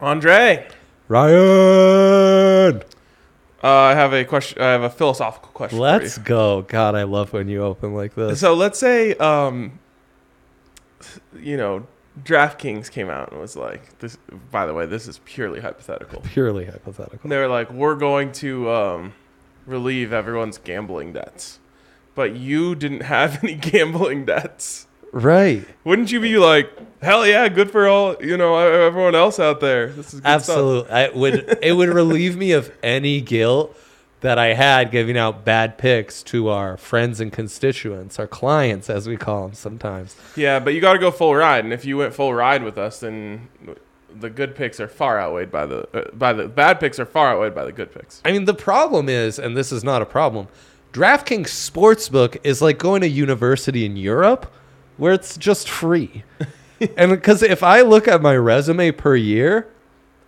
Andre, Ryan. uh, I have a question. I have a philosophical question. for Let's you. go. God, I love when you open like this. So let's say, um, you know, DraftKings came out and was like, "This." By the way, this is purely hypothetical. Purely hypothetical. They were like, "We're going to um, relieve everyone's gambling debts," but you didn't have any gambling debts. Right. Wouldn't you be like, "Hell yeah, good for all you know, everyone else out there." This is good Stuff. Absolutely. I would it would relieve me of any guilt that I had giving out bad picks to our friends and constituents, our clients as we call them sometimes. Yeah, but you got to go full ride, and if you went full ride with us, then the good picks are far outweighed by the uh, by the bad picks are far outweighed by the good picks. I mean, the problem is, and this is not a problem, DraftKings Sportsbook is like going to university in Europe where it's just free. and because if I look at my resume per year,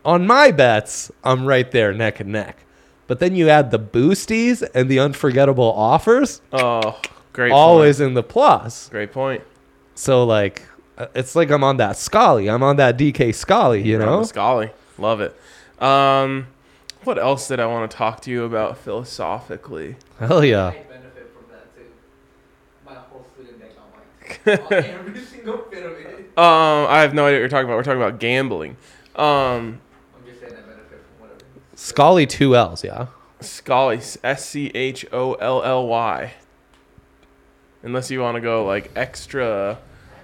on my bets, I'm right there neck and neck. But then you add the boosties and the unforgettable offers, Oh, great! always point. in the plus. great point. So, like, uh, it's like I'm on that Scully. I'm on that DK Scully, you From know? Scully, love it. Um, what else did I want to talk to you about philosophically? Hell yeah. I benefit from that too. My whole student deck online. On every single bit of it. Um, I have no idea what you're talking about. We're talking about gambling. Um, I'm just saying I benefit from whatever. Scully, two L's, yeah. Scully, S C H O L L Y. Unless you want to go like extra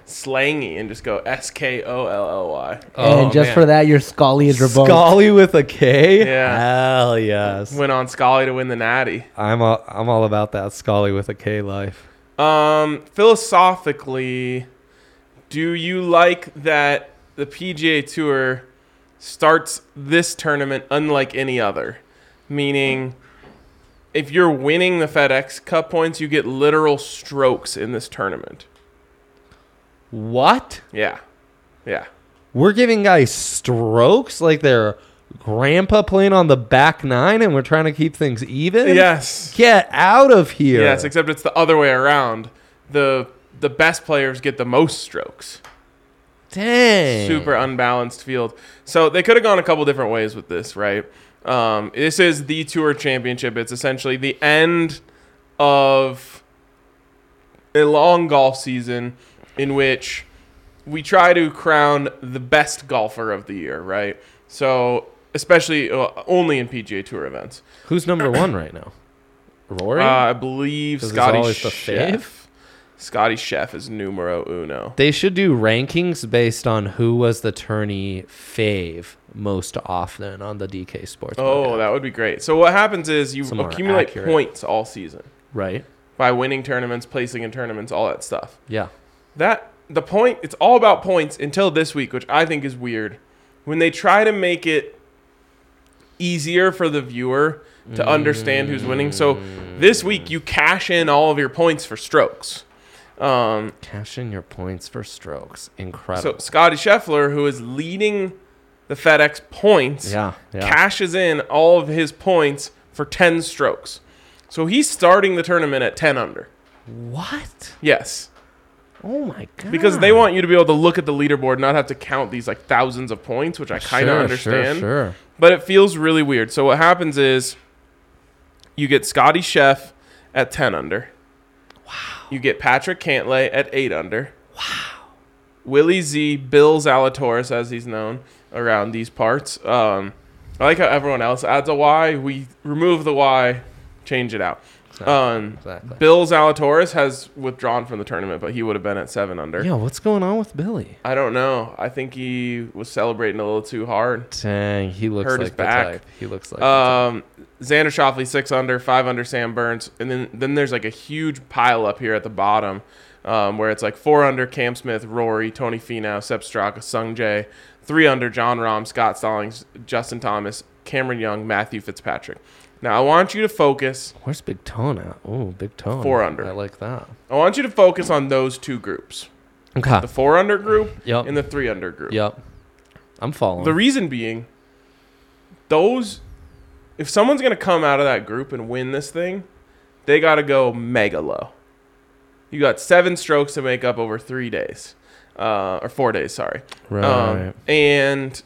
slangy and just go S K O L L Y. Oh, and just man. for that, your Scully is revoked. Scully with a K? Yeah. Hell yes. Went on Scully to win the Natty. I'm all, I'm all about that Scully with a K life. Um, philosophically, do you like that the PGA Tour starts this tournament unlike any other? Meaning, if you're winning the FedEx Cup points, you get literal strokes in this tournament. What? Yeah. Yeah. We're giving guys strokes like they're grandpa playing on the back nine and we're trying to keep things even? Yes. Get out of here. Yes, except it's the other way around. The the best players get the most strokes. Dang. Super unbalanced field. So they could have gone a couple different ways with this, right? Um, this is the tour championship. It's essentially the end of a long golf season in which we try to crown the best golfer of the year, right? So especially uh, only in PGA Tour events. Who's number one right now? Rory? Uh, I believe 'Cause it's Scotty always the Chef. Scotty Chef is numero uno. they should do rankings based on who was the tourney fave most often on the DK Sports. Oh, Podcast, that would be great. So what happens is you Some are accumulate accurate. points all season right. by winning tournaments, placing in tournaments, all that stuff. Yeah. That the point it's all about points until this week, which I think is weird. When they try to make it easier for the viewer to understand who's winning. So this week you cash in all of your points for strokes. Um, Cash in your points for strokes. So Incredible. Scotty Scheffler, who is leading the FedEx points, yeah. Yeah. cashes in all of his points for 10 strokes. So he's starting the tournament at 10 under. what? Yes. Oh my god. Because they want you to be able to look at the leaderboard and not have to count these like thousands of points, which I kind of understand. Sure, But it feels really weird. So what happens is you get Scotty Chef at 10 under. Wow. You get Patrick Cantlay at 8 under. Wow. Willie Z, Bills Alatoris, as he's known around these parts. Um, I like how everyone else adds a Y. We remove the Y, change it out. Um, Exactly. Bills Alatoris has withdrawn from the tournament, but he would have been at 7 under. Yo, what's going on with Billy? I don't know. I think he was celebrating a little too hard. Dang, he looks Hurt his like the back. type. He looks like Um, Xander Shoffley six under, five under Sam Burns, and then then there's like a huge pile up here at the bottom, um, where it's like four under Cam Smith, Rory, Tony Finau, Sep Straka, Sung Jae, three under John Rahm, Scott Stallings, Justin Thomas, Cameron Young, Matthew Fitzpatrick. Now I want you to focus. the type. Where's Big Tone at? Oh, Big Tone. Four under. I like that. I want you to focus on those two groups: Okay. the four under group Yep. and the three under group. Yep. I'm following. The reason being, those, if someone's gonna come out of that group and win this thing, they gotta go mega low. You got seven strokes to make up over three um, days, uh, or four days. Sorry. right. Um, and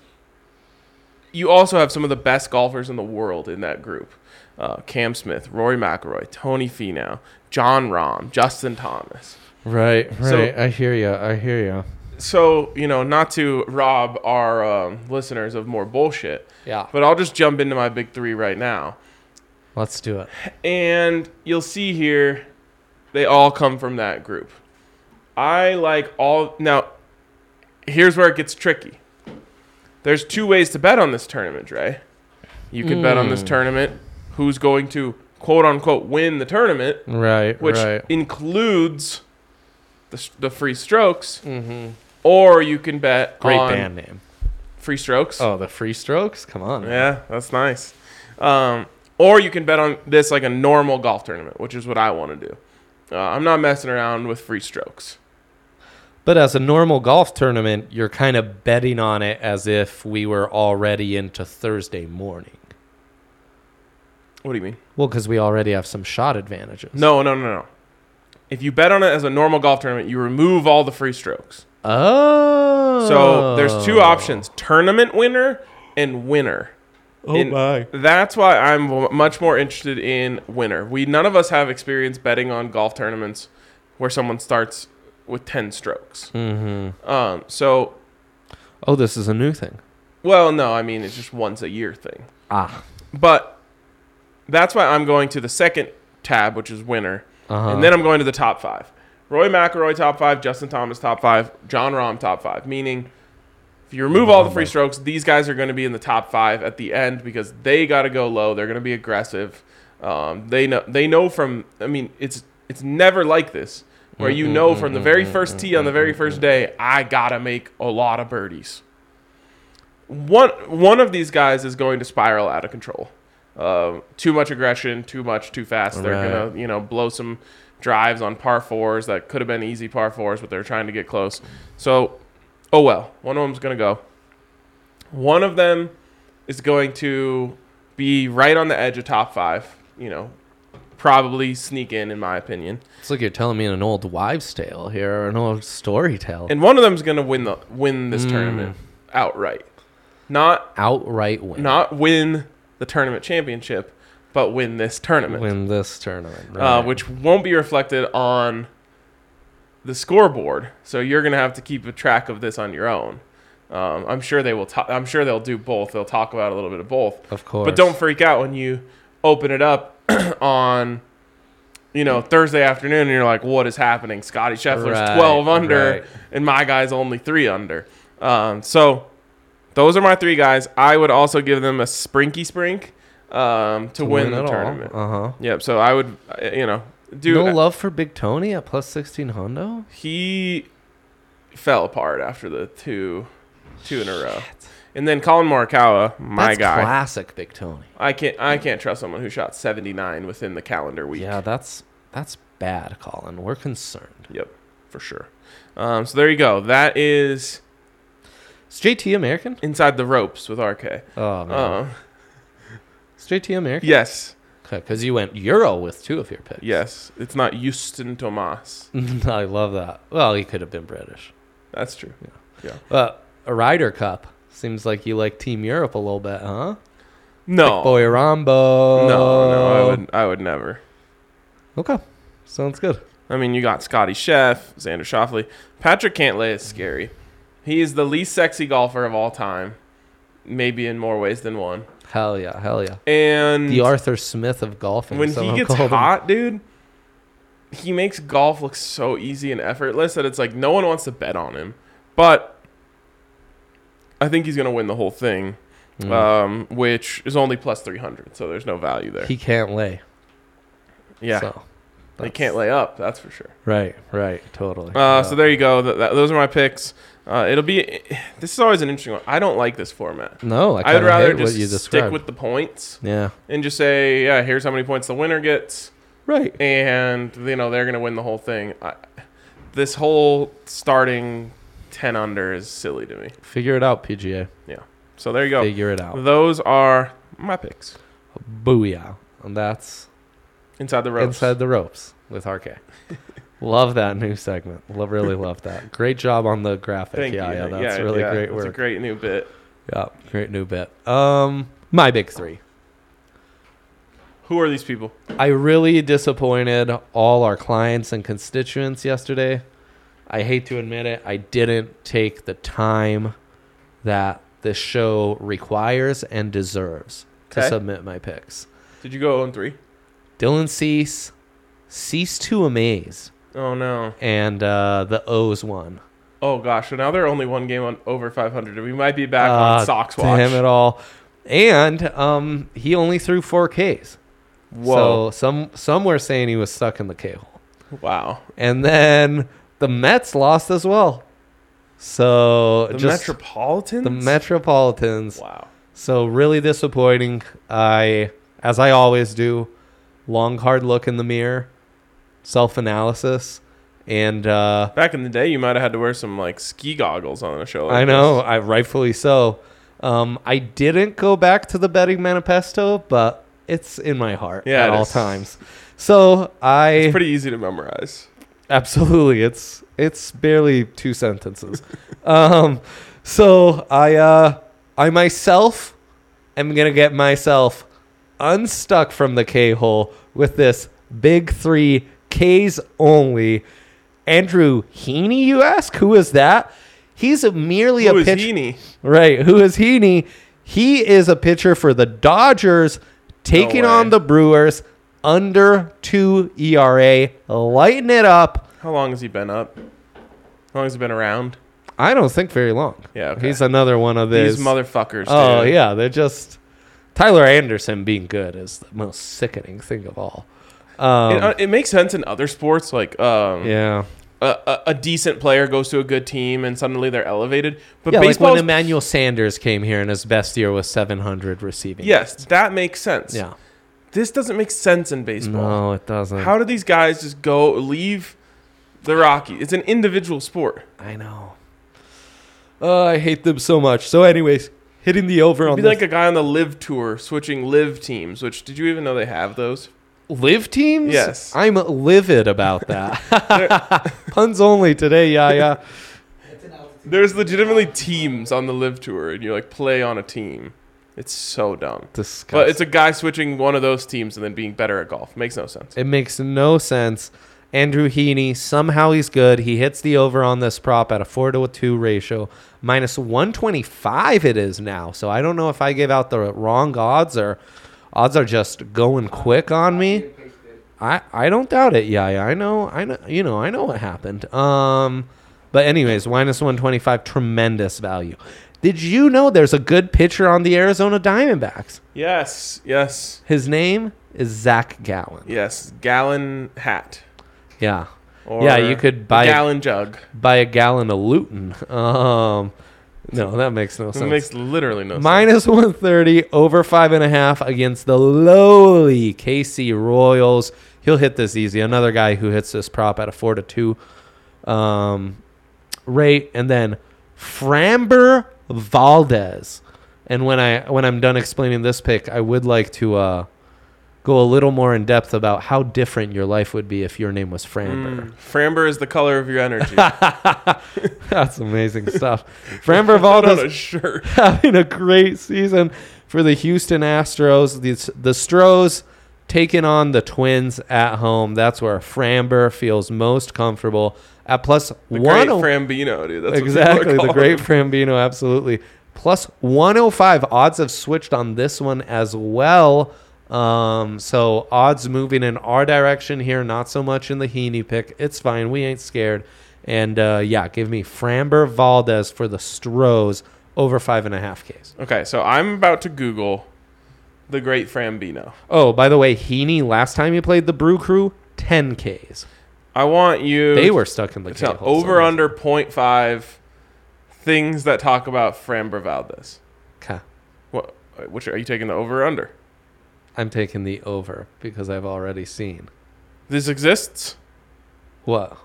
you also have some of the best golfers in the world in that group. Uh, Cam Smith, Rory McIlroy, Tony Finau, John Rahm, Justin Thomas. Right, So- right. I hear you. I hear you. So you know, not to rob our um, listeners of more bullshit, Yeah. but I'll just jump into my big three right now, Let's do it. and you'll see here, they all come from that group. I like all now. Here's where it gets tricky. There's two ways to bet on this tournament, Dre. You could bet on this Mm. tournament. Who's going to quote unquote win the tournament? Right, which right. includes the, s- the free strokes, Mm-hmm. or you can bet Great on band name. free strokes. Oh, the Free Strokes. Come on. Yeah, that's nice. Um, or you can bet on this like a normal golf tournament, which is what I want to do. Uh, I'm not messing around with free strokes. But as a normal golf tournament, you're kind of betting on it as if we were already into Thursday morning. What do you mean? Well, because we already have some shot advantages. No, no, no, no. If you bet on it as a normal golf tournament, you remove all the free strokes. Oh. So there's two options: tournament winner and winner. Oh In- my. That's why I'm w- much more interested in winner. We none of us have experience betting on golf tournaments where someone starts with ten strokes. Mm-hmm. Um, so, Oh, this is a new thing. well, no, I mean it's just once a year thing. Ah. But that's why I'm going to the second tab, which is winner, Uh-huh. and then I'm going to the top five: Roy McIlroy top five, Justin Thomas top five, John Rahm top five. Meaning, if you remove all the free strokes, these guys are going to be in the top five at the end because they got to go low. They're going to be aggressive. Um, they know. They know from. I mean, it's it's never like this where you know from the very first tee on the very first day, I gotta make a lot of birdies. One one of these guys is going to spiral out of control. Uh, too much aggression, too much, too fast. They're Right. gonna you know blow some drives on par fours that could have been easy par fours, but they're trying to get close. So, oh well, one of them's gonna go. One of them is going to be right on the edge of top five. You know, probably sneak in, in my opinion. It's like you're telling me an old wives' tale here, or an old story tale. and one of them's gonna win the win this Mm. tournament outright. Not Outright win. not win the tournament championship, but win this tournament, win this tournament, uh, right. which won't be reflected on the scoreboard. So you're gonna have to keep a track of this on your own. Um, I'm sure they will. i I'm sure they'll do both. They'll talk about a little bit of both. of course. But don't freak out when you open it up on, you know, Thursday afternoon and you're like, what is happening? Scotty Scheffler's Right, 12 under right. and my guy's only three under. Um, so those are my three guys. I would also give them a sprinky sprink um, to, win, the tournament. Uh huh. Yep. So I would, uh, you know, do No love for Big Tony at plus sixteen Hondo. he fell apart after the two two in a row. And then Colin Morikawa, my that's guy. classic Big Tony. I can't I can't trust someone who shot 79 within the calendar week. Yeah, that's that's bad, Colin. We're concerned. Yep, for sure. Um, so there you go. That is Is JT American? inside the ropes with RK. Oh man, Uh, is JT American? yes, because you went Euro with two of your picks. yes. It's not Houston Tomas. I love that. Well, he could have been British. That's true. But a Ryder Cup seems like you like Team Europe a little bit, huh? No, Boy Rombo. no, no. I would I would never. Okay, sounds good. I mean, you got Scotty Chef, Xander Shoffley, Patrick Cantlay is scary. He is the least sexy golfer of all time, maybe in more ways than one. Hell yeah, hell yeah. And The Arthur Smith of golfing. Mm. when someone he gets called him. hot, dude, he makes golf look so easy and effortless that it's like no one wants to bet on him. But I think he's gonna win the whole thing, Mm. um, which is only plus three hundred, so there's no value there. he can't lay. yeah, so they that's- can't lay up, that's for sure. Right, right, totally. Uh, so there you go. Th- th- those are my picks. Uh, it'll be. This is always an interesting one. I don't like this format. No, I, I would rather just you stick described. with the points Yeah, and just say, yeah, here's how many points the winner gets. right. and you know they're gonna win the whole thing. I, this whole starting ten under is silly to me. Figure it out, PGA. So there you go. Figure it out. Those are my picks. Booyah! And that's Inside the ropes. inside the ropes with RK. love that new segment. Love, really love that. Great job on the graphic. Thank yeah, you. yeah, that's really yeah, great That's a work. great new bit. Yeah, great new bet. Um, my big three. Who are these people? I really disappointed all our clients and constituents yesterday. I hate to admit it, I didn't take the time that this show requires and deserves to Okay. submit my picks. Did you go 0 3? Dylan Cease, Cease to Amaze, Oh, no. and uh, the O's one. Oh, gosh. So now they're only one game on over 500. We might be back Uh, on Sox Watch. Damn it all. And um, he only threw four Ks. Whoa. So some some were saying he was stuck in the K hole. wow. And then the Mets lost as well. So The just Metropolitans? the Metropolitans. Wow. So really disappointing. I as I always do, long hard look in the mirror, self analysis, and uh Back in the day, you might have had to wear some like ski goggles on a show. Like I this. know, I rightfully so. Um, I didn't go back to the betting manifesto, but it's in my heart Yeah, at it all is. times. So I It's pretty easy to memorize. Absolutely. It's it's barely two sentences. um so I uh I myself am gonna get myself unstuck from the K hole with this big three K's only. Andrew Heaney, you ask? Who is that? He's a merely Who a is pitcher. Heaney? Right. Who is Heaney? He is a pitcher for the Dodgers, taking way. on the Brewers under two E ERA. Lighten it up. How long has he been up? How long has he been around? I don't think very long. Yeah, okay. He's another one of these. These motherfuckers. oh dude. yeah, they're just Tyler Anderson being good is the most sickening thing of all. Um, It, uh, it makes sense in other sports, like um, yeah. a, a, a decent player goes to a good team and suddenly they're elevated. But yeah, like baseball, when is- Emmanuel Sanders came here in his best year was 700 receiving. yes, that makes sense. Yeah. This doesn't make sense in baseball. No, it doesn't. How do these guys just go leave the Rocky? It's an individual sport. I know. Uh, I hate them so much. So, anyways, hitting the over It'd on be the like a guy on the live tour switching live teams. Which did you even know they have those? live teams. Yes. I'm livid about that. Puns only today, yeah, yeah. It's an altitude. There's legitimately teams on the live tour, and you like play on a team. It's so dumb. Disgusting. But it's a guy switching one of those teams and then being better at golf. Makes no sense. it makes no sense. Andrew Heaney somehow he's good. He hits the over on this prop at a four to a two ratio, minus one twenty five. It is now. So I don't know if I gave out the wrong odds or odds are just going quick on me. Your page did. I, I don't doubt it. Yeah, yeah, I know. I know. You know. I know what happened. Um, but anyways, minus one twenty five, tremendous value. Did you know there's a good pitcher on the Arizona Diamondbacks? Yes, yes, His name is Zach Gallen. yes. Gallon hat. Yeah, Or Yeah, you could buy- gallon jug. by a gallon of Luton. Um, no, that makes no It sense. makes literally no sense. Minus 130 over five and a half against the lowly KC Royals. He'll hit this easy. Another guy who hits this prop at a four to two um, rate, and then Framber Valdez. And when I when I'm done explaining this pick, I would like to uh, go a little more in depth about how different your life would be if your name was Mm, Framber. Framber is the color of your energy. That's amazing stuff. Put Framber on Valdez a shirt. having a great season for the Houston Astros. The, the Stros taking on the Twins at home. That's where Framber feels most comfortable at plus The one. great Frambino, dude. That's what people are exactly, the calling great him. Frambino, absolutely. Plus 105. Odds have switched on this one as well. Um, so odds moving in our direction here, not so much in the Heaney pick. It's fine. We ain't scared. And uh, yeah, give me Framber Valdez for the Stros over five and a half Ks. Okay, so I'm about to Google the great Frambino. Oh, by the way, Heaney last time he played the Brew Crew, 10 Ks. I want you. They were stuck in the It's K not hole. over under 0.5 things that talk about Framber Valdez. Okay. What? Which are you taking the over or under? I'm taking the over because I've already seen. This exists. What?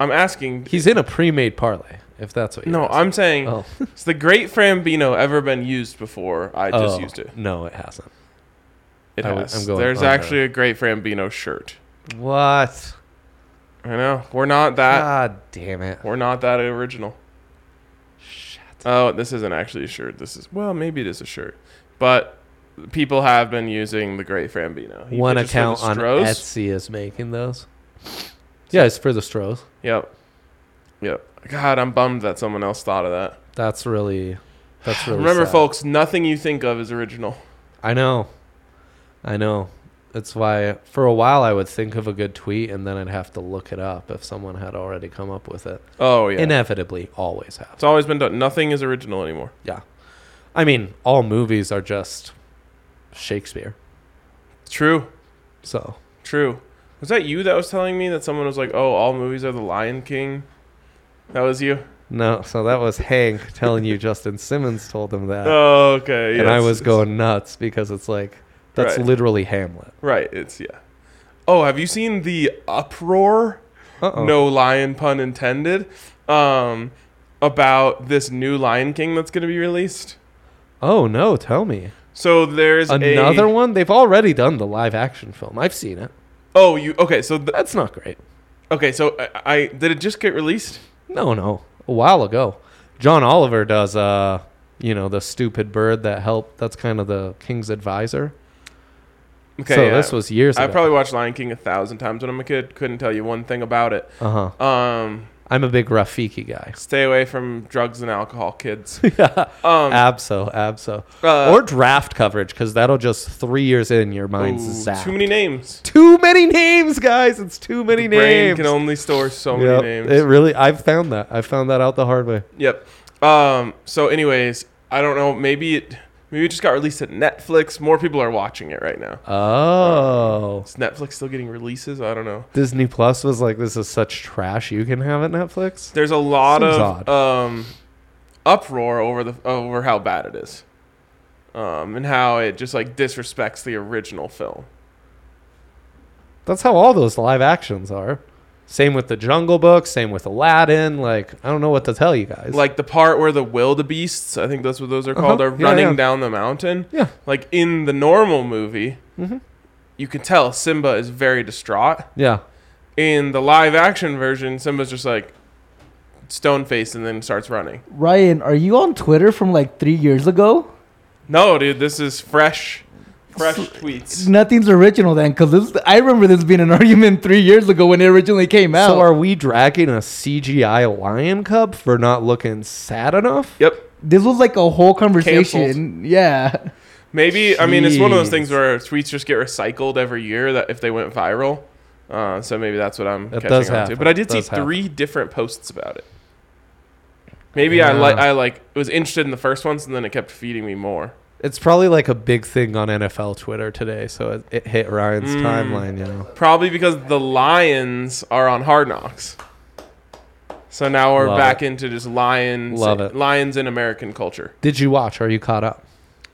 I'm asking. He's in a pre-made parlay. If that's what. You're no, asking. I'm saying. Oh. Has the Great Frambino ever been used before? I just Oh, used it. No, it hasn't. It I w- has. I'm going There's under. actually a Great Frambino shirt. What? I know. We're not that. God damn it! We're not that original. Ah. Shit. Oh, this isn't actually a shirt. This is well, maybe it is a shirt, but people have been using the Great Frambino. You One purchased for the account on Strohs. Etsy is making those. Yeah, it's for the Strohs. Yep. Yep. God, I'm bummed that someone else thought of that. That's really, that's really. Remember, sad. folks, nothing you think of is original. I know, I know. That's why for a while I would think of a good tweet and then I'd have to look it up if someone had already come up with it. Oh yeah. Inevitably, always have. it's always been done. Nothing is original anymore. Yeah, I mean, all movies are just Shakespeare. True. So True. Was that you that was telling me that someone was like, "Oh, all movies are The Lion King"? That was you. no, so that was Hank telling you Justin Simmons told him that. Oh, okay. Uh, and yeah, I it's- was it's- going nuts because it's like that's Right. literally Hamlet. right. It's yeah. Oh, have you seen the uproar? Uh-oh. No lion pun intended. Um, about this new Lion King that's going to be released. Oh no, tell me. So there's Another a, one? They've already done the live action film. I've seen it. Oh, you okay? So th- That's not great. okay. So I, I did it just get released? No, no. A while ago. John Oliver does uh you know, the stupid bird that helped that's kind of the king's advisor. Okay. so yeah. this was years I ago. probably watched Lion King a thousand times when I'm a kid. Couldn't tell you one thing about it. uh-huh. Um, I'm a big Rafiki guy. stay away from drugs and alcohol, kids. yeah. Um, abso, abso. uh, or draft coverage cuz that'll just 3 years in your mind's ooh, zapped. too many names. Too many names, guys. It's too many The brain names. can only store so many Yep, names. It really. I've found that. I found that out the hard way. Yep. Um, so, anyways, I don't know. Maybe it maybe it just got released at Netflix. More people are watching it right now. Oh. Is Netflix still getting releases? I don't know. Disney Plus was like, "This is such trash. You can have it, Netflix." There's a lot Seems of um, uproar over the over how bad it is, um, and how it just like disrespects the original film. That's how all those live actions are. Same with the Jungle Book. Same with Aladdin. Like, I don't know what to tell you guys. like the part where the wildebeests, I think that's what those are Uh-huh. called, are Yeah, running yeah. down the mountain. Yeah. Like in the normal movie, Mhm. you can tell Simba is very distraught. yeah, In the live action version, Simba's just like stone faced and then starts running. Ryan, are you on Twitter from like three years ago? No, dude, this is fresh, fresh tweets. Nothing's original then, because I remember this being an argument three years ago when it originally came out. so are we dragging a CGI lion cub for not looking sad enough? Yep. this was like a whole conversation. Yeah. Maybe I mean it's one of those things Jeez. where tweets just get recycled every year that if they went viral. Uh, so maybe that's what I'm That catching does on to. happen. But I did see Does happen. three different posts about it. Maybe I Yeah. like I like was interested in the first ones and then it kept feeding me more. It's probably like a big thing on NFL Twitter today, so it, it hit Ryan's Mm. timeline. You know, Probably because the Lions are on Hard Knocks. So now we're Love back into just lions, Love it. lions in American culture. did you watch? Are you caught up?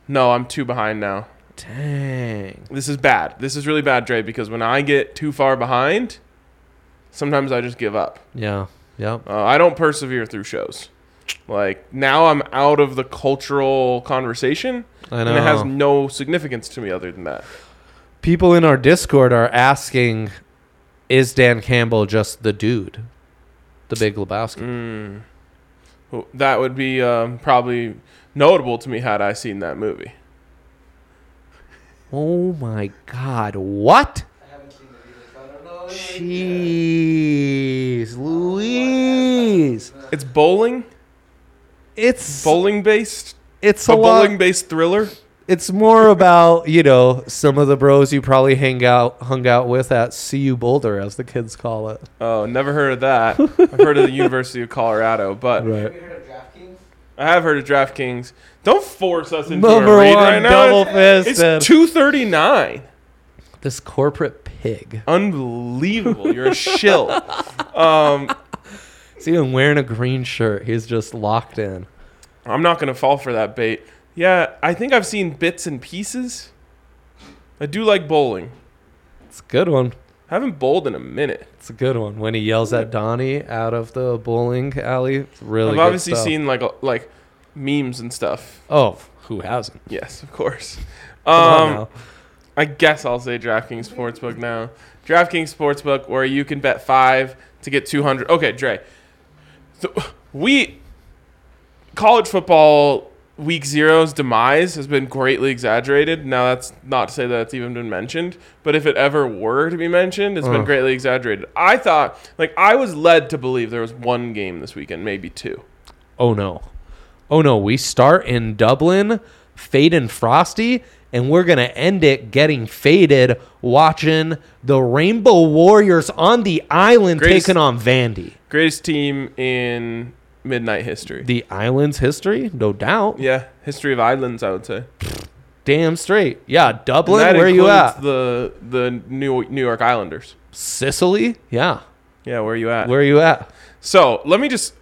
No, I'm too behind now. Dang. This is bad. This is really bad, Dre. Because when I get too far behind, sometimes I just give up. Yeah. Yep. Uh, I don't persevere through shows. Like now, I'm out of the cultural conversation, I know. and it has no significance to me other than that. People in our Discord are asking, "Is Dan Campbell just the dude, the Big Lebowski?" Mm. Well, That would be um, probably notable to me had I seen that movie. Oh my God! What? I haven't seen it either, so I don't know. Jeez, Louise! It's bowling, It's bowling based, it's a a lot. bowling based thriller. It's more about you know some of the bros you probably hang out hung out with at CU Boulder, as the kids call it. Oh, never heard of that. I've heard of the University of Colorado, but Have you heard of DraftKings? I have heard of DraftKings. Don't force us into Number a read one, right now. double It's- fisted. It's two thirty nine. this corporate pig. Unbelievable. You're a shill. Um, It's even wearing a green shirt. He's just locked in. I'm not going to fall for that bait. Yeah, I think I've seen bits and pieces. I do like bowling. It's a good one. haven't bowled in a minute. It's a good one. When he yells at Donnie out of the bowling alley, it's really. I've good obviously stuff. seen like a- like memes and stuff. Oh, who hasn't? Yes, of course. Come on Um, now. I guess I'll say DraftKings Sportsbook now. DraftKings Sportsbook, where you can bet five to get two hundred. Okay, Dre. So, we college football week zero's demise has been greatly exaggerated. Now that's not to say that it's even been mentioned, but if it ever were to be mentioned, it's been Ugh. greatly exaggerated. I thought like I was led to believe there was one game this weekend, maybe two. Oh no. Oh no, we start in Dublin, fade and frosty, and we're gonna end it getting faded watching the Rainbow Warriors on the island Greatest- taking on Vandy. Greatest team in midnight history. The island's history, no doubt. Yeah, history of islands, I would say. Damn straight. Yeah, And Dublin, that where you includes at? The the New New York Islanders. Sicily? Yeah. Yeah, where you at? Where you at? So let me just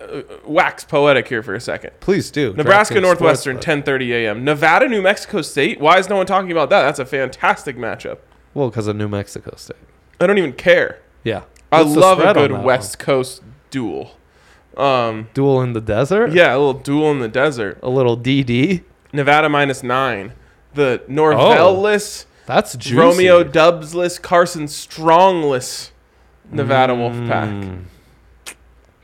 uh, wax poetic here for a second. Please do. Nebraska DraftKings Northwestern, Sportsbook. 10:30 a.m. Nevada, New Mexico State. Why is no one talking about that? That's a fantastic matchup. Well, because of New Mexico State. I don't even care. Yeah. I What's the love a spread on good that West Coast duel. Um, one? duel in the desert. yeah, a little duel in the desert. A little DD. Nevada minus nine. The Norvell-less, That's Oh, juicy. Romeo Dubs-less, Carson Strong-less Nevada Wolfpack. Mm.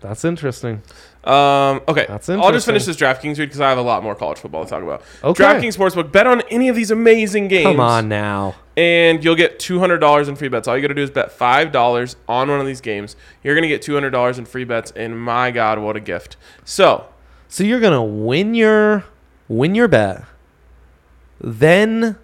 That's interesting. Um, okay, That's I'll just finish interesting. this DraftKings read because I have a lot more college football to talk about. Okay. DraftKings Sportsbook, bet on any of these amazing games. Come on now. and you'll get $200 in free bets. All you got to do is bet $5 on one of these games. You're going to get $200 in free bets, and my God, what a gift. So, So you're gonna win your win your bet, then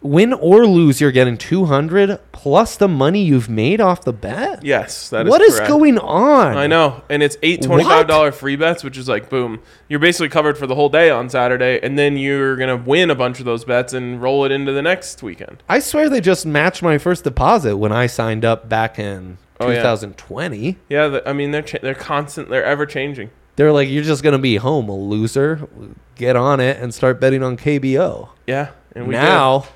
win or lose, you're getting two hundred plus the money you've made off the bet. yes, that is what is correct. going on? I know. And it's eight twenty-five dollar free bets, which is like boom. You're basically covered for the whole day on Saturday, and then you're gonna win a bunch of those bets and roll it into the next weekend. I swear they just matched my first deposit when I signed up back in Oh, yeah. 2020. Yeah, the, I mean they're cha- they're constant, they're ever changing. They're like, you're just gonna be home, a loser. Get on it and start betting on KBO. Yeah, and we did. now,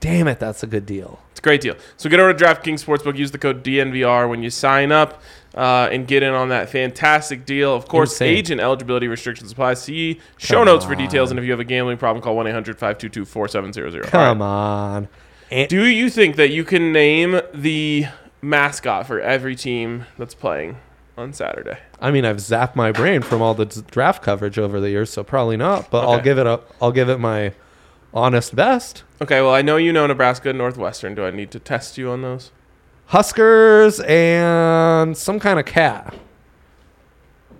damn it, that's a good deal. It's a great deal. So get over to DraftKings Sportsbook. Use the code DNVR when you sign up uh, and get in on that fantastic deal. Of course, Insane. age and eligibility restrictions apply. See show Come notes for details. on. And if you have a gambling problem, call 1 800 522 4700. Come on. And- Do you think that you can name the mascot for every team that's playing on Saturday? I mean, I've zapped my brain from all the d- draft coverage over the years, so probably not. But I'll Okay. give it a, I'll give it my honest best. Okay, well, I know you know Nebraska and Northwestern. Do I need to test you on those? Huskers and some kind of cat.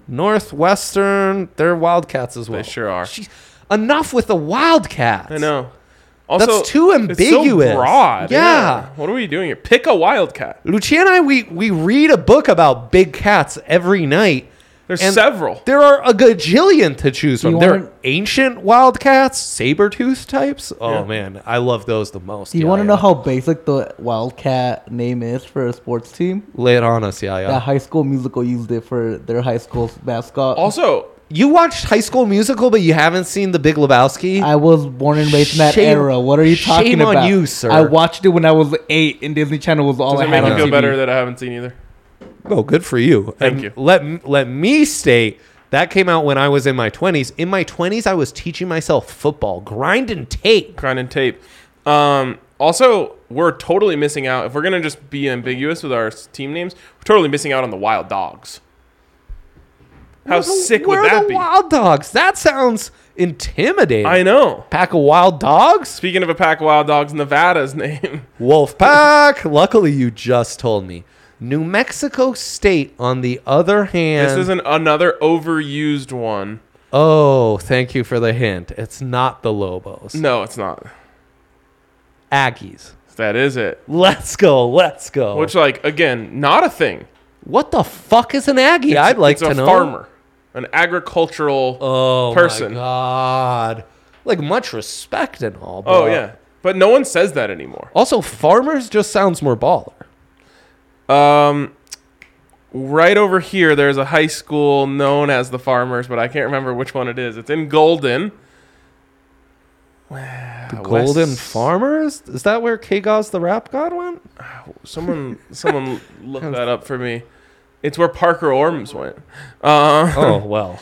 Northwestern, they're Wildcats as well. They sure are. Jeez, enough with the Wildcats. I know. That's Also, too it's so ambiguous. broad. Yeah. What are we doing here? Pick a Wildcat. Lucia and I, we, we read a book about big cats every night. There's And several. There are a gajillion to choose You from. There are wanna- ancient wildcats, saber-tooth types. Oh Yeah. man, I love those the most. Do you yeah, want to yeah. know how basic the Wildcat name is for a sports team? Lay it on us, yeah, yeah. That High School Musical used it for their high school mascot. Oh, Also, You watched High School Musical, but you haven't seen The Big Lebowski. I was born and raised in that Shame- era. What are you talking shame on about? you, sir. I watched it when I was eight, and Disney Channel was all does I it had make on you feel TV. better that I haven't seen either? oh, good for you. Thank And you. Let m- let me state that came out when I was in my twenties. In my twenties, I was teaching myself football, grind and tape. Grind and tape. Um, also, we're totally missing out. If we're gonna just be ambiguous with our s- team names, we're totally missing out on the Wild Dogs. How Where the- sick would where are that the be? Wild dogs. That sounds intimidating. I know. Pack of wild dogs. Speaking of a pack of wild dogs, Nevada's name. Wolf Pack. Luckily, you just told me. New Mexico State, on the other hand. This is an, another overused one. Oh, thank you for the hint. It's not the Lobos. No, it's not. Aggies. That is it. Let's go. Let's go. Which, like, again, not a thing. what the fuck is an Aggie? I'd like it's to a know. farmer, an agricultural. Oh, Person. my God. Like, much respect and all. But oh yeah, but no one says that anymore. Also, farmers just sounds more baller. Um, right over here, there's a high school known as the Farmers, but I can't remember which one it is. It's in Golden. The Wow, Golden West- Farmers? Is that where Kagos the Rap God went? Someone, someone look that up for me. It's where Parker Orms went. Uh, Oh, well.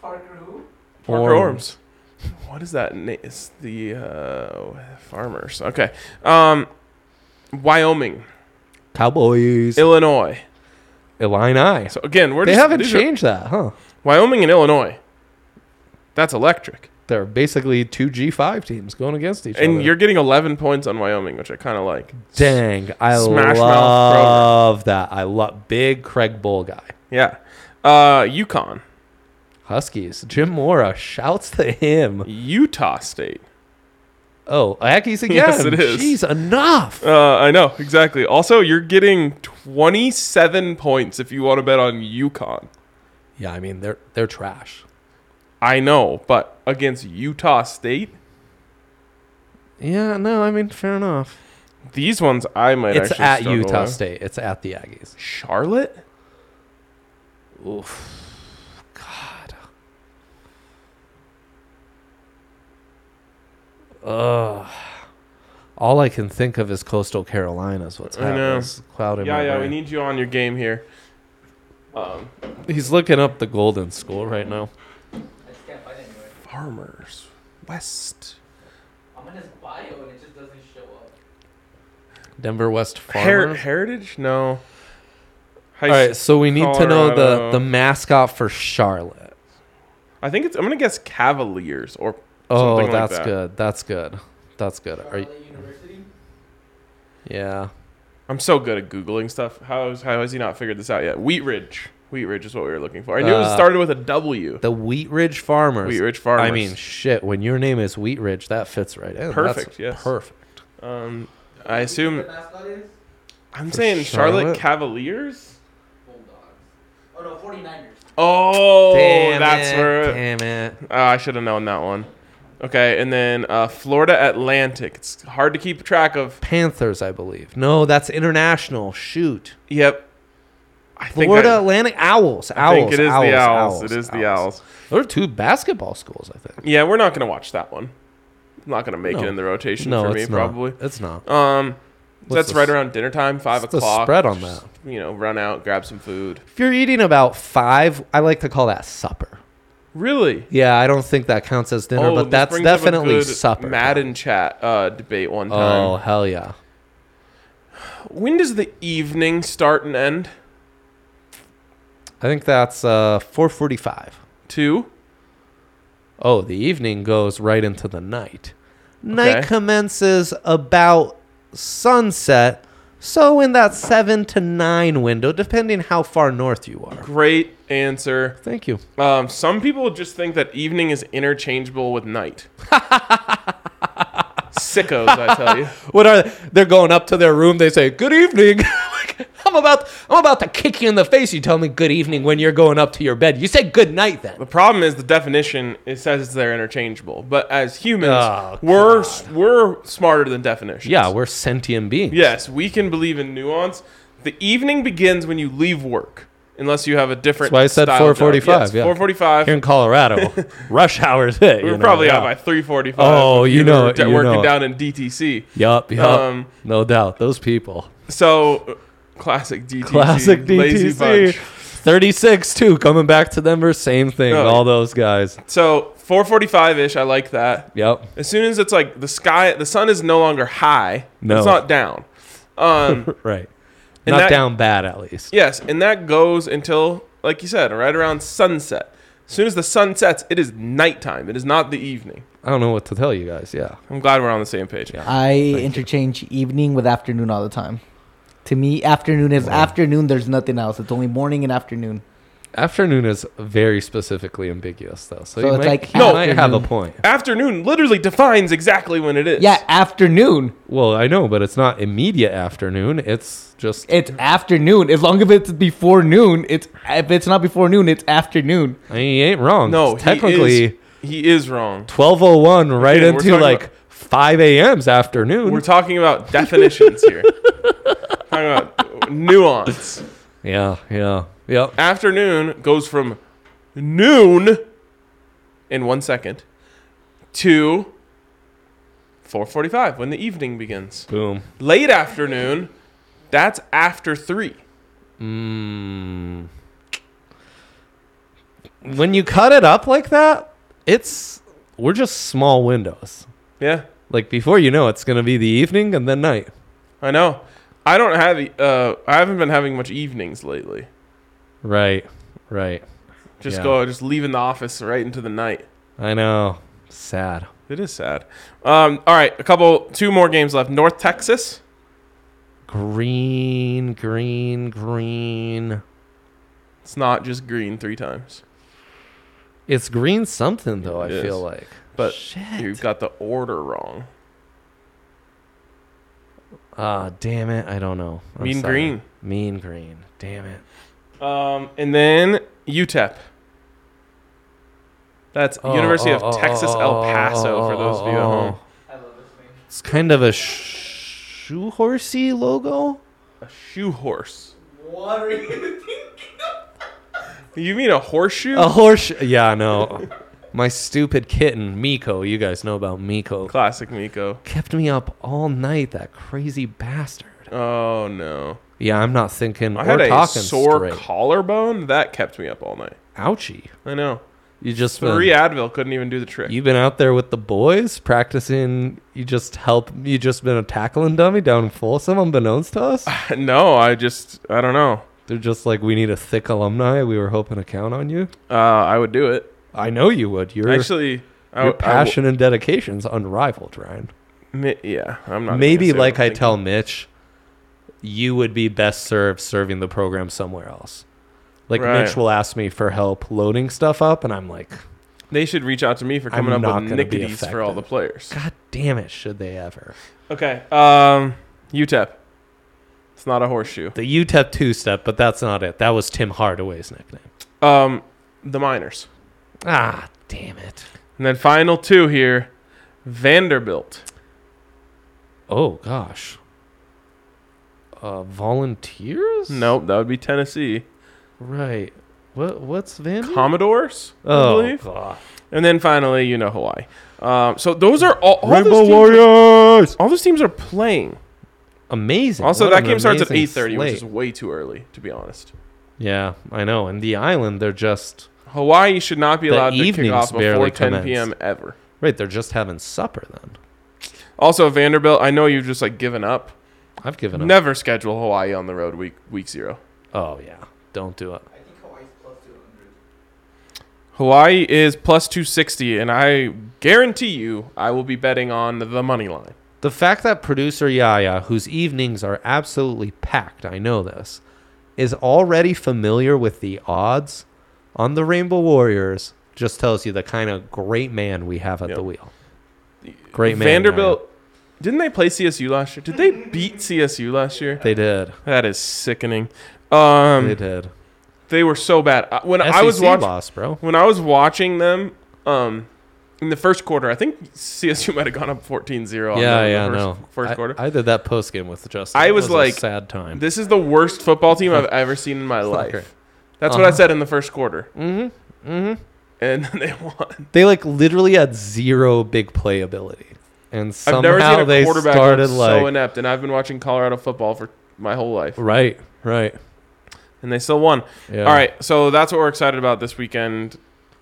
Parker who? Parker Orms. Orms. What is that? na- It's the uh, Farmers. Okay. Um, Wyoming, Cowboys. Illinois, Illini. So again, we're They just, haven't these are- changed that, huh? Wyoming and Illinois. That's electric. They're basically two G5 teams going against each And other. you're getting 11 points on Wyoming, which I kind of like. Dang, I Smash Mouth love that. I love big Craig Bull guy. Yeah. Uh, Yukon, Huskies. Jim Mora shouts to him. Utah State. Oh, Aggies again. Yes, it is. Jeez, enough. Uh, I know exactly. Also, you're getting 27 points if you want to bet on Yukon. Yeah, I mean they're they're trash. I know, but against Utah State, Yeah, no, I mean fair enough. these ones I might. It's actually at struggle Utah with. State. It's at the Aggies. Charlotte. Oof. God. Ugh. All I can think of is Coastal Carolina's what's I know. happening. It's Clouding Yeah, my yeah. We brain. need you on your game here. Um, He's looking up the Golden School right now. I just can't find it anywhere. Farmers West. I'm in his bio and it just doesn't show up. Denver West Her- Farmers. Heritage? No. High All right, s- so we need to know the Colorado. the mascot for Charlotte. I think it's. I'm gonna guess Cavaliers or. Oh, something like that's that. good. That's good. That's good. Are you, Charlotte University? yeah. I'm so good at googling stuff. How is, how has he not figured this out yet? Wheat Ridge. Wheat Ridge is what we were looking for. I knew it Uh, started with a W. The Wheat Ridge Farmers. Wheat Ridge Farmers. I mean, shit. When your name is Wheat Ridge, that fits right in. That's Perfect, yes. Perfect. um, Do I you assume. know what The mascot is? I'm For saying Charlotte? Charlotte? Cavaliers. Bulldogs. Oh no, 49ers. Oh, that's it, where. Damn it. Oh, I should have known that one. Okay, and then uh, Florida Atlantic. It's hard to keep track of. Panthers, I believe. No, that's international. Shoot. Yep. I think Florida I- Atlantic Owls. I, Owls. think it is owls, the owls. It is the owls. There are two basketball schools, I think. Yeah, we're not gonna watch that one. I'm not gonna make No. it in the rotation No, for it's me not. probably. It's not. Um, What's that's the right s- around dinner time, five what's the o'clock. spread on Just, You know, run out, grab some food. If you're eating about five, I like to call that supper. Really? Oh, Yeah, I don't think that counts as dinner, but this that's brings up a definitely good supper. Madden chat uh, debate one time. Oh hell yeah! When does the evening start and end? I think that's uh 4:45. Two. Oh, the evening goes right into the night. Night Okay. commences about sunset, so in that seven to nine window, depending how far north you are. Great answer. Thank you. Um, some people just think that evening is interchangeable with night. Sickos, I tell you. What are they? they're going up to their room? They say, "Good evening." Like, I'm about I'm about to kick you in the face. You tell me good evening when you're going up to your bed. You say good night then. The problem is the definition. It says they're interchangeable, but as humans, Oh, we're we're smarter than definitions. Yeah, we're sentient beings. Yes, we can believe in nuance. The evening begins when you leave work, unless you have a different. That's why I said style job. 4:45, Yes, yeah. Four forty-five. Here in Colorado, rush hours hit. We you were know, probably yeah. out by three forty-five. Oh, you know it, d- you working know it. down in DTC. Yup, yup. Um, no doubt. Those people. So, classic DTC. Classic Lazy DTC. bunch. 36 too. Coming back to Denver, same thing. No. All those guys. So four forty-five ish. I like that. Yep. As soon as it's like the sky, the sun is no longer high. No. it's not down. Um, Right. And Not that- down bad at least. yes, and that goes until, like you said, right around sunset. As soon as the sun sets, it is nighttime. It is not the evening. I don't know what to tell you guys. Yeah. I'm glad we're on the same page. I interchange evening with afternoon all the time. To me, afternoon is afternoon. There's nothing else. It's only morning and afternoon. Afternoon is very specifically ambiguous though. So, So you it's might, like you No. might have a afternoon. point. Afternoon literally defines exactly when it is. Yeah, afternoon. Well, I know, but it's not immediate afternoon. It's just It's afternoon. As long as it's before noon, it's if it's not before noon, it's afternoon. I mean, he ain't wrong. No, It's technically he is, he is wrong. 1201 right Again, we're into talking like 5 a.m.'s afternoon. We're talking about definitions here. talking about nuance. yeah, yeah. Yep. Afternoon goes from noon in one second to 4:45 when the evening begins. Boom. Late afternoon, that's after three. Mm. When you cut it up like that, it's we're just small windows. Yeah, Like before you know, it's gonna be the evening and then night. I know. I don't have. Uh, I haven't been having much evenings lately. Right. Right. Just Yeah. go, just leaving the office right into the night. I know. Sad. It is sad. Um, all right, a couple, two more games left. North Texas. Green, green, green. It's not just green three times, It's green something though, It I is. feel like. but Shit. you've got the order wrong. Ah, damn it. I don't know. I'm Mean sorry. green. Mean green. Damn it. Um, and then UTEP. That's Oh, University of oh, oh, Texas oh, El Paso oh, for those of you at oh, home. I love this name. It's kind of a sh- shoe horsey logo. A shoe horse. What are you thinking? You mean a horseshoe? A horse. Yeah, no. My stupid kitten, Miko. You guys know about Miko. Classic Miko. Kept me up all night. That crazy bastard. Oh no. Yeah, I'm not thinking I or had a talking sore straight. collarbone that kept me up all night. Ouchie. I know. You just been- Three Advil couldn't even do the trick. You've been out there with the boys practicing. You just help. You just been a tackling dummy down in Folsom, unbeknownst to us. no, I just I don't know. They're just like, we need a thick alumni. We were hoping to count on you. Uh, I would do it. I know you would. You're Actually, I, w- I your w- passion and dedication's unrivaled, Ryan. mi- yeah, I'm not. Maybe gonna say like what I'm I thinking. tell Mitch, you would be best served serving the program somewhere else. Like Right. Mitch will ask me for help loading stuff up, and I'm like, they should reach out to me for I'm coming not up with gonna be nicketies for all the effective. players. God damn it! Should they ever? Okay. Um, UTEP. It's not a horseshoe. The UTEP two step, but that's not it. That was Tim Hardaway's nickname. Um, the Miners. Ah, damn it. And then final two here, Vanderbilt. Oh gosh. Uh, volunteers? Nope, that would be Tennessee. Right. What? What's Vandy? Commodores, I oh believe. god. And then finally, you know Hawaii. Um, so those are all, all Rainbow those teams, Warriors. All those teams are playing. Amazing. Also, What that an game starts at amazing eight thirty, which slate. is way too early, to be honest. Yeah, I know. And the island, they're just Hawaii should not be The allowed to kick evenings off before barely ten commence. p.m. ever. right. They're just having supper then. Also, Vanderbilt. I know you've just like given up. I've given up. Never schedule Hawaii on the road week week zero. Oh yeah, don't do it. I think Hawaii's plus 200. Hawaii is plus 260, and I guarantee you I will be betting on the money line. The fact that producer Yaya, whose evenings are absolutely packed, I know this, is already familiar with the odds on the Rainbow Warriors just tells you the kind of great man we have at Yep. the wheel. Great man. Vanderbilt, didn't they play CSU last year? Did they beat CSU last year? Yaya. They did. That is sickening. Um, They they, did. E were so bad. I- When I SEC was watching, loss, bro. when I was watching them, um, in the first quarter, I think CSU might have gone up 14-0. on them in Yeah, the yeah, first, no. First I, quarter. I did that post game with Justin. I It was a like, sad time. this is the worst football team I've ever seen in my Fucker. life. That's what I Uh-huh. said in the first quarter, mm-hmm. Mm-hmm. and then they won. They like literally had zero big play ability, and somehow I've never seen a they quarterback started look like so inept, and I've been watching Colorado football for my whole life, right, right. and they still won. Yeah. All right, so that's what we're excited about this weekend.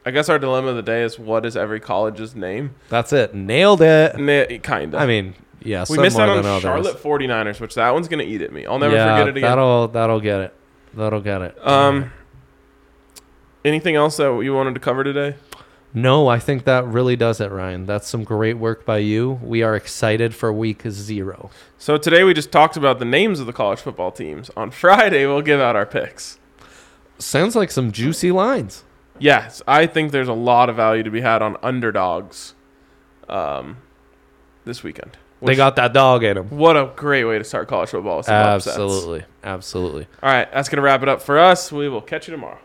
I guess our dilemma of the day is what is every college's name? That's it. Nailed it. kind of. I mean, yeah, we some missed more out on than others. Charlotte 49ers, which that one's going to eat at me. I'll never yeah, forget it again. That'll that'll get it. That'll get it. Um, anything else that you wanted to cover today? no, I think that really does it, Ryan. That's some great work by you. We are excited for week zero. So today we just talked about the names of the college football teams. On Friday, we'll give out our picks. Sounds like some juicy lines. Yes, I think there's a lot of value to be had on underdogs um, this weekend. they Which- got that dog in them. What a great way to start college football. with some upsets. Absolutely, absolutely. All right, that's going to wrap it up for us. We will catch you tomorrow.